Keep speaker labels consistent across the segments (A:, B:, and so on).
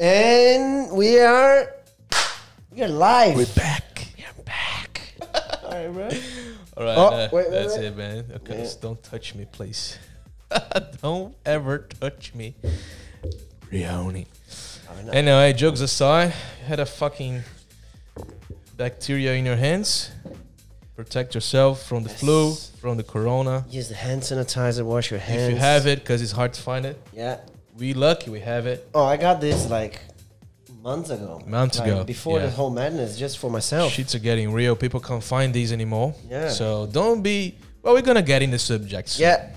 A: And we are we are live.
B: We're back. We're back.
A: All right, bro.
B: All right.
A: Oh,
B: uh,
A: wait, wait,
B: that's
A: wait.
B: it, man. Okay,
A: Yeah.
B: just don't touch me, please. don't ever touch me. Rioni. Anyway, jokes aside, you had a fucking bacteria in your hands. Protect yourself from the flu,
A: Yes.
B: from the corona.
A: Use the hand sanitizer, wash your hands.
B: If you have it, because it's hard to find it.
A: Yeah.
B: We lucky we have it.
A: Oh, I got this like months ago.
B: Months
A: Like,
B: ago,
A: Before the
B: yeah.
A: whole madness, just for myself.
B: Shits are getting real. People can't find these anymore.
A: Yeah.
B: So don't be. Well, we're gonna get in the subjects.
A: Yeah.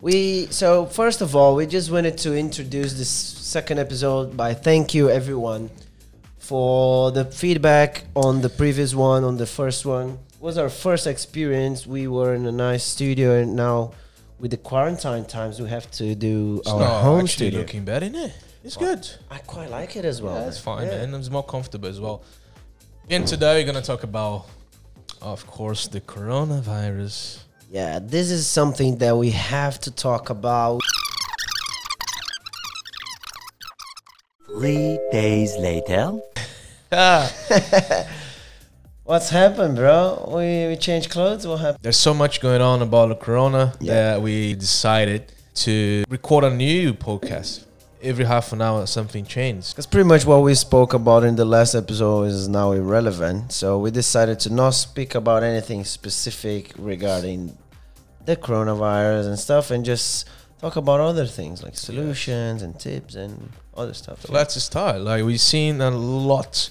A: We so first of all, we just wanted to introduce this second episode by thank you everyone for the feedback on the previous one, on the first one. It was our first experience. We were in a nice studio and now with the quarantine times we have to do
B: It's
A: our
B: not
A: home
B: Oh, actually
A: studio.
B: looking bad, isn't it? It's good.
A: I quite like it as well.
B: Yeah, it's fine,
A: oh, Yeah.
B: man. It's more comfortable as well. And today we're gonna talk about, of course, the coronavirus.
A: Yeah, this is something that we have to talk about.
C: Three days later.
B: Ah,
A: What's happened, bro? We, we changed clothes. What happened?
B: there's so much going on about the corona
A: Yeah.
B: that we decided to record a new podcast. Every half an hour, something changed.
A: Because pretty much what we spoke about in the last episode is now irrelevant. So we decided to not speak about anything specific regarding the coronavirus and stuff and just talk about other things like solutions and tips and other stuff.
B: So let's start. Like we've seen a lot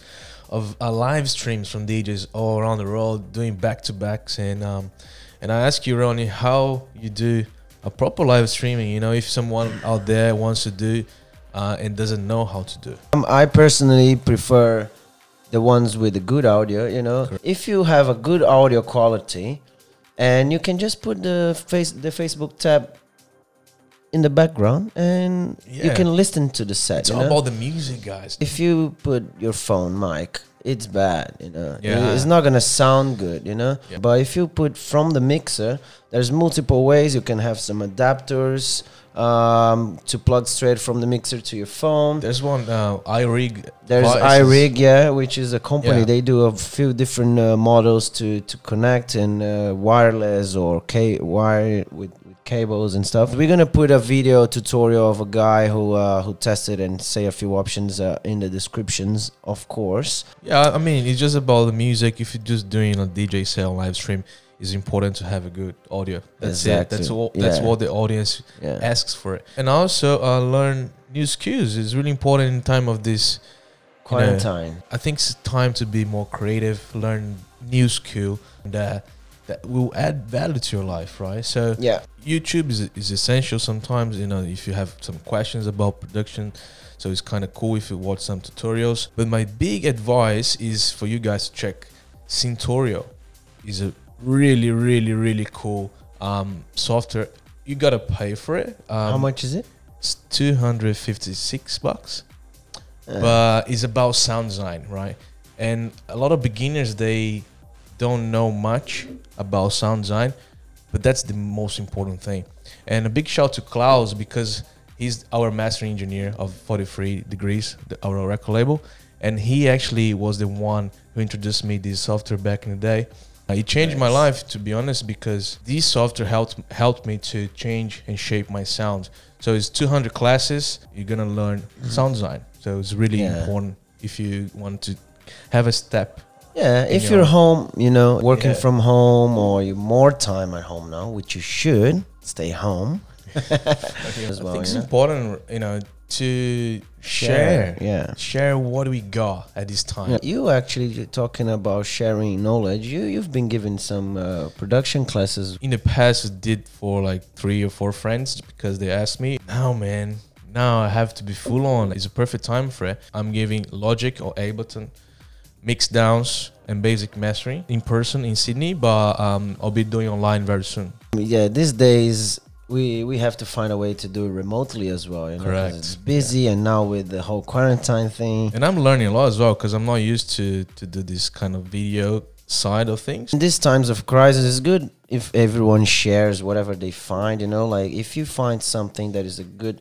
B: of uh, live streams from DJs all around the world doing back to backs, and um, and I ask you, Ronnie, how you do a proper live streaming? You know, if someone out there wants to do uh, and doesn't know how to do.
A: Um, I personally prefer the ones with the good audio, you know. If you have a good audio quality and you can just put the face the Facebook tab in the background and you
B: Yeah.
A: can listen to the set.
B: It's
A: you
B: all
A: know?
B: about the music, guys.
A: if you put your phone mic, it's bad, you know.
B: Yeah.
A: It's not gonna sound good, you know.
B: Yeah.
A: But if you put from the mixer, there's multiple ways. You can have some adapters um, to plug straight from the mixer to your phone.
B: There's one uh, iRig.
A: There's
B: devices.
A: iRig, yeah, which is a company.
B: Yeah.
A: They do a few different uh, models to to connect and uh, wireless or ca- wire with, with cables and stuff. We're gonna put a video tutorial of a guy who uh, who tested and say a few options uh, in the descriptions, of course.
B: Yeah, I mean, it's just about the music. If you're just doing a DJ set on live stream, it's important to have a good audio. That's
A: Exactly.
B: it. That's all. That's
A: Yeah.
B: what the audience
A: Yeah,
B: asks for it. And also uh, learn new skills is really important in time of this.
A: quarantine.
B: I think it's time to be more creative, learn new skill that that will add value to your life, right? So
A: Yeah,
B: YouTube is, is essential sometimes, you know, if you have some questions about production. So it's kind of cool if you watch some tutorials. But my big advice is for you guys to check Syntorio. is a really, really, really cool um, software. You gotta pay for it. Um,
A: how much is it?
B: it's 256 bucks
A: Uh,
B: but it's about sound design right and a lot of beginners they don't know much about sound design but that's the most important thing and a big shout to klaus because he's our master engineer of 43 degrees the, our record label and he actually was the one who introduced me this software back in the day Uh, it changed my life to be honest because this software helped helped me to change and shape my sound so it's 200 classes you're gonna learn sound design so it's really
A: Yeah.
B: important if you want to have a step
A: yeah,
B: in
A: if
B: your-
A: you're home, you know, working
B: Yeah.
A: from home or you more time at home now, which you should stay home. As
B: I
A: well,
B: think it's
A: yeah.
B: important, you know, to share,
A: yeah.
B: share what we got at this time.
A: Yeah, You actually talking about sharing knowledge. You you've been given some uh, production classes.
B: In the past, I did for like three or four friends because they asked me. Now, man, now I have to be full on. It's a perfect time for it. I'm giving Logic or Ableton, mix downs, and basic mastering in person in Sydney, but um, I'll be doing online very soon.
A: Yeah, these days we we have to find a way to do it remotely as well. You know, 'cause
B: Correct.
A: It's busy, and now with the whole quarantine thing.
B: And I'm learning a lot as well because I'm not used to to do this kind of video side of things.
A: In these times of crisis, it's good if everyone shares whatever they find. You know, like if you find something that is a good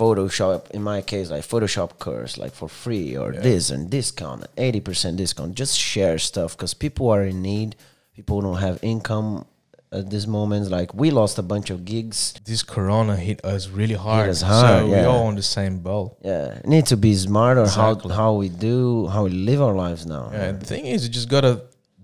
A: Photoshop, in my case, like Photoshop course, like for free or
B: Yeah.
A: this and discount, 80% discount. Just share stuff because people are in need. People don't have income at this moment. Like we lost a bunch of gigs.
B: This corona hit us really hard.
A: us hard,
B: so
A: yeah.
B: we all on the same boat.
A: Yeah, need to be smarter
B: Exactly.
A: how how we do how we live our lives now.
B: Yeah, the thing is, you just gotta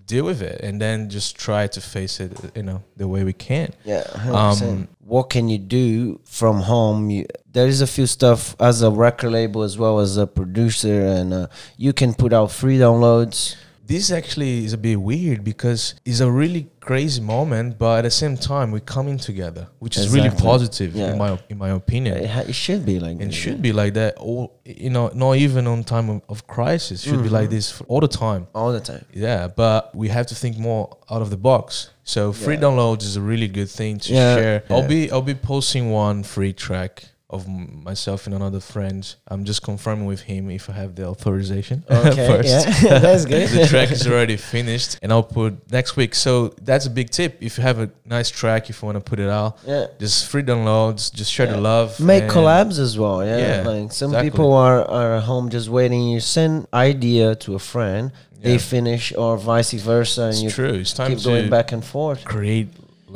B: deal with it and then just try to face it, you know, the way we can.
A: Yeah, 100%.
B: Um,
A: what can you do from home? You, there is a few stuff as a record label as well as a producer, and uh, you can put out free downloads.
B: This actually is a bit weird because it's a really crazy moment, but at the same time, we're coming together, which is really
A: Exactly.
B: positive
A: Yeah.
B: in my in my opinion.
A: It, ha- it should be like
B: It
A: this.
B: should be like that, all you know, not even on time of, of crisis. Should
A: Mm-hmm.
B: be like this f- all the time.
A: all the time.
B: Yeah, but we have to think more out of the box. So free
A: Yeah.
B: downloads is a really good thing to
A: Yeah.
B: share.
A: Yeah.
B: I'll be I'll be posting one free track of m- myself and another friend. I'm just confirming with him if I have the authorization
A: Okay,
B: first.
A: yeah, that's good.
B: the track is already finished, and I'll put next week. So that's a big tip. If you have a nice track, if you want to put it out,
A: Yeah.
B: just free downloads. Just share
A: Yeah.
B: the love.
A: Make
B: and-
A: collabs as well. Yeah,
B: Yeah,
A: like some
B: exactly.
A: people are are at home just waiting. You send idea to a friend, they
B: Yeah.
A: finish, or vice versa, and
B: It's
A: you
B: true. It's time
A: keep going
B: to
A: back and forth.
B: create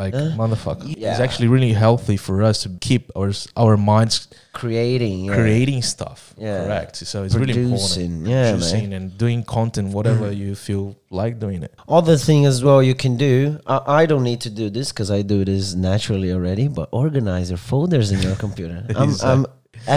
B: like
A: Yeah.
B: motherfucker.
A: Yeah.
B: It's actually really healthy for us to keep our s- our minds
A: creating, yeah.
B: creating stuff.
A: Yeah.
B: Correct. So it's really important.
A: producing, yeah, man.
B: Producing and doing content, whatever you feel like doing it.
A: Other thing as well you can do. I, I don't need to do this because I do this naturally already. But organize your folders in your computer. I'm,
B: Exact-
A: I'm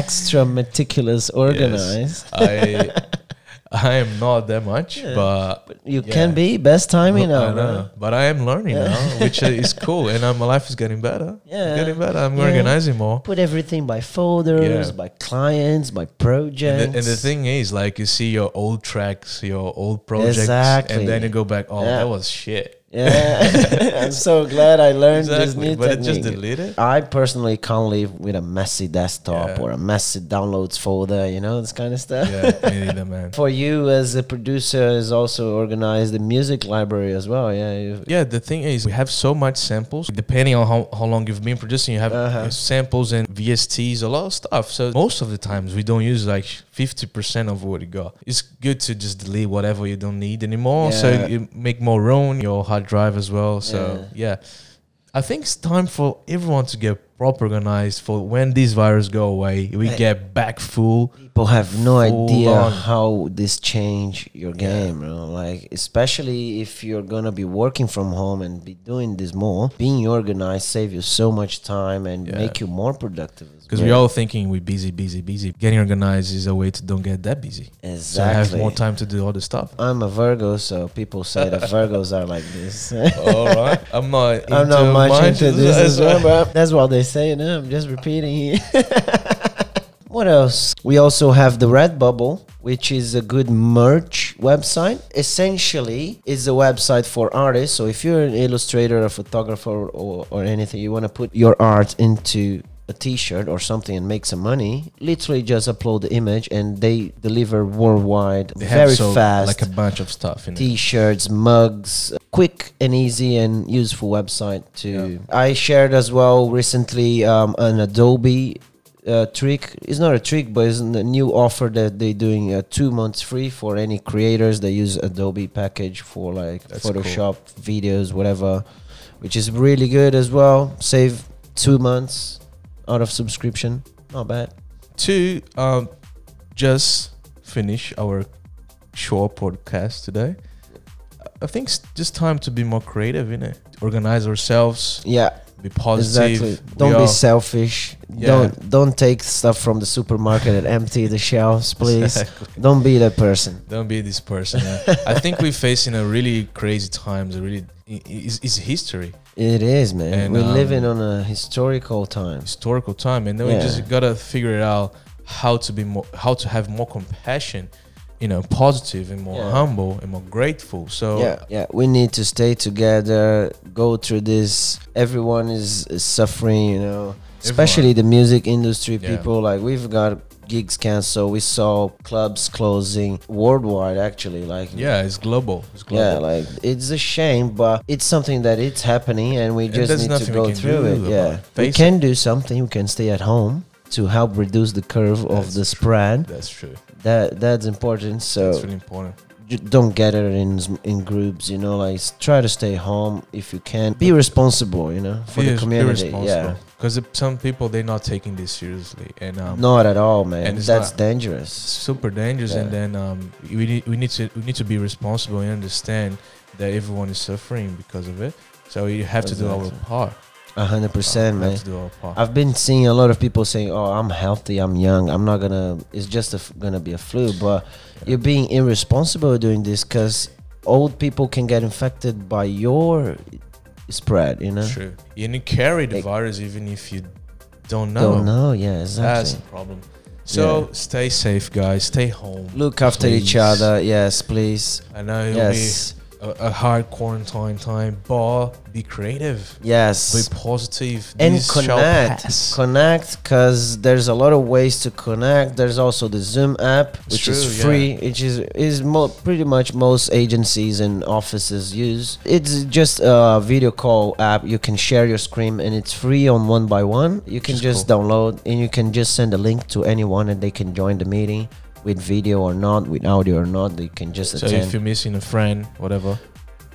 A: extra meticulous, organized.
B: I I am not that much, but
A: You
B: Yeah.
A: can be best timing
B: I
A: now.
B: know.
A: bro.
B: But I am learning now, which is cool, and I'm, my life is getting better. It's
A: Yeah.
B: getting better. I'm
A: Yeah.
B: organizing more.
A: Put everything by folders,
B: Yeah.
A: by clients, by projects.
B: And the, and the thing is, like, you see your old tracks, your old projects,
A: Exactly.
B: and then you go back, oh,
A: Yeah.
B: that was shit.
A: yeah, I'm so glad I learned this new
B: but it
A: technique.
B: just deleted.
A: I personally can't live with a messy desktop
B: Yeah.
A: or a messy downloads folder. You know this kind of stuff.
B: yeah, me neither, man.
A: for you as a producer is also organized the music library as well yeah you-
B: Yeah, the thing is, we have so much samples. Depending on how, how long you've been producing, you have
A: Uh-huh.
B: samples and VSTs, a lot of stuff. So most of the times, we don't use like fifty percent of what you got. It's good to just delete whatever you don't need anymore,
A: Yeah.
B: so you make more room your hard drive as well. So yeah. I think it's time for everyone to get proper organized for when these virus go away, we
A: Hey.
B: get back full.
A: people have no
B: Full
A: idea
B: on.
A: how this change your game you know, like especially if you're gonna be working from home and be doing this more being organized save you so much time and
B: Yeah.
A: make you more productive as
B: Because
A: well.
B: we're all thinking we're busy, busy, busy. Getting organized is a way to don't get that busy.
A: exactly
B: So I have more time to do other stuff.
A: i'm a virgo so people say that virgos are like this
B: All right. I'm not. Into
A: i'm not much into this as well
B: well.
A: but that's what they say no i'm just repeating here What else? We also have the Redbubble, which is a good merch website. Essentially, it's a website for artists. So if you're an illustrator, a photographer, or, or anything, you want to put your art into a t-shirt or something and make some money literally just upload the image and they deliver worldwide
B: They have
A: very
B: so,
A: fast
B: Like a bunch of stuff. In it.
A: t-shirts mugs quick and easy and useful website to i shared as well recently um, an adobe uh, trick it's not a trick but it's a new offer that they're doing uh, two months free for any creators that use adobe package for like
B: That's cool.
A: photoshop videos whatever which is really good as well save two months out of subscription not bad
B: To um, just finish our short podcast today. I think it's just time to be more creative, innit? Organize ourselves,
A: yeah
B: be positive.
A: Exactly.
B: We
A: Don't be
B: are-
A: selfish.
B: Yeah.
A: Don't don't take stuff from the supermarket and empty the shelves, please. Don't be that person.
B: Don't be this person. man. I think we're facing a really crazy times. A really, i- i- is is history.
A: It is, man.
B: And,
A: We're
B: um,
A: living on a historical time.
B: historical time and then
A: Yeah.
B: we just gotta figure it out how to be more how to have more compassion you know positive and more
A: Yeah.
B: humble and more grateful so
A: yeah, yeah. We need to stay together, go through this. Everyone is, is suffering, you know. Especially the music industry
B: Yeah.
A: people. Like we've got gigs canceled. We saw clubs closing worldwide. Actually, like
B: yeah it's global it's global
A: Yeah, like it's a shame, but it's something that it's happening, and we
B: And
A: just
B: there's
A: need to
B: nothing we
A: go
B: can
A: through
B: do
A: it.
B: about
A: Yeah,
B: it.
A: we
B: Face
A: can do something. We can stay at home. to help reduce the curve of
B: That's
A: the spread.
B: That's true.
A: That that's important. So
B: That's really important.
A: ju- don't gather in s- in groups. You know, like s- try to stay home if you can. Be responsible. You know, for
B: Be
A: the
B: res- be
A: community.
B: responsible.
A: Yeah,
B: Because some people they're not taking this seriously, and um,
A: not at all, man.
B: and it's
A: that's
B: not- it's
A: dangerous.
B: super dangerous. And
A: Yeah.
B: then um, we need we need to we need to be responsible and understand that everyone is suffering because of it. So we have to do our
A: Exactly.
B: part.
A: A hundred percent,
B: We
A: man.
B: Have to do our part.
A: I've been seeing a lot of people saying, "Oh, I'm healthy, I'm young, I'm not gonna. It's just a f gonna be a flu." But you're being irresponsible doing this because old people can get infected by your spread. You know,
B: True. And you carry the
A: Like-
B: virus even if you don't know.
A: don't know. Yeah,
B: That's
A: exactly.
B: the problem. So stay safe, guys. Stay home.
A: Look after each
B: Please.
A: other. Yes, please.
B: I know it'll
A: Yes,
B: be a, a hard quarantine time, but be creative. Be
A: yes.
B: positive.
A: And
B: This shall
A: connect,
B: pass.
A: connect, because there's a lot of ways to connect. There's also the Zoom app,
B: It's
A: which
B: true,
A: is
B: yeah.
A: free, which is is mo- pretty much most agencies and offices use. It's just a video call app. You can share your screen, and it's free on one by one. You can
B: is
A: just download, and you can just send a link to anyone, and they can join the meeting with video or not, with audio or not. They can just
B: So if
A: attend.
B: you're missing a friend, whatever,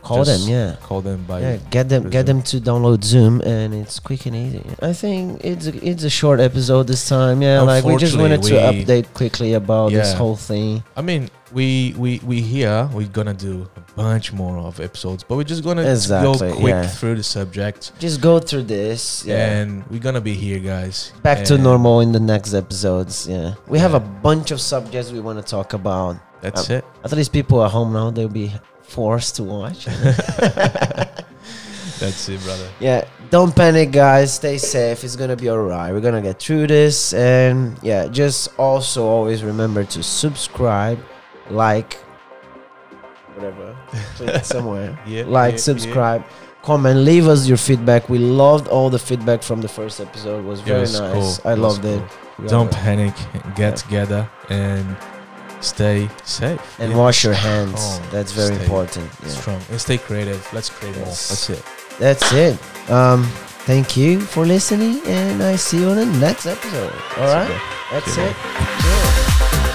A: Call them,
B: just
A: yeah.
B: call them by.
A: Yeah, get them, get them to download Zoom, and it's quick and easy. I think it's a, it's a short episode this time. Yeah, like we just wanted to
B: Unfortunately, we-
A: update quickly about this
B: Yeah.
A: whole thing.
B: I mean, we we we here. We're gonna do a bunch more of episodes, but we're just gonna just
A: Exactly,
B: go quick
A: yeah.
B: through the subject,
A: Just go through this. Yeah,
B: and we're gonna be here, guys.
A: back to
B: And
A: normal in the next episodes. Yeah, we have a
B: Yeah.
A: bunch of subjects we want to talk about.
B: That's it.
A: At least people at home now they'll be forced to watch.
B: That's it, brother.
A: yeah, don't panic, guys. Stay safe. It's gonna be alright. We're gonna get through this, and yeah, just also always remember to subscribe, like, whatever, click somewhere,
B: Yeah.
A: like,
B: yeah,
A: subscribe, comment, leave us your feedback. We loved all the feedback from the first episode. It was
B: yeah.
A: very
B: Yes,
A: nice.
B: cool.
A: I
B: Yes,
A: loved it.
B: cool.
A: We
B: Don't
A: love
B: panic. Get
A: Yeah.
B: together and stay safe.
A: it. and
B: Yeah.
A: wash your hands.
B: Oh,
A: That's very
B: stay
A: important. Yeah.
B: Strong and stay creative. Let's create more.
A: Yes.
B: That's it.
A: That's it. Um, thank you for listening, and I see you on the next episode. All
B: That's
A: right,
B: okay.
A: that's
B: Okay.
A: it. Cheers.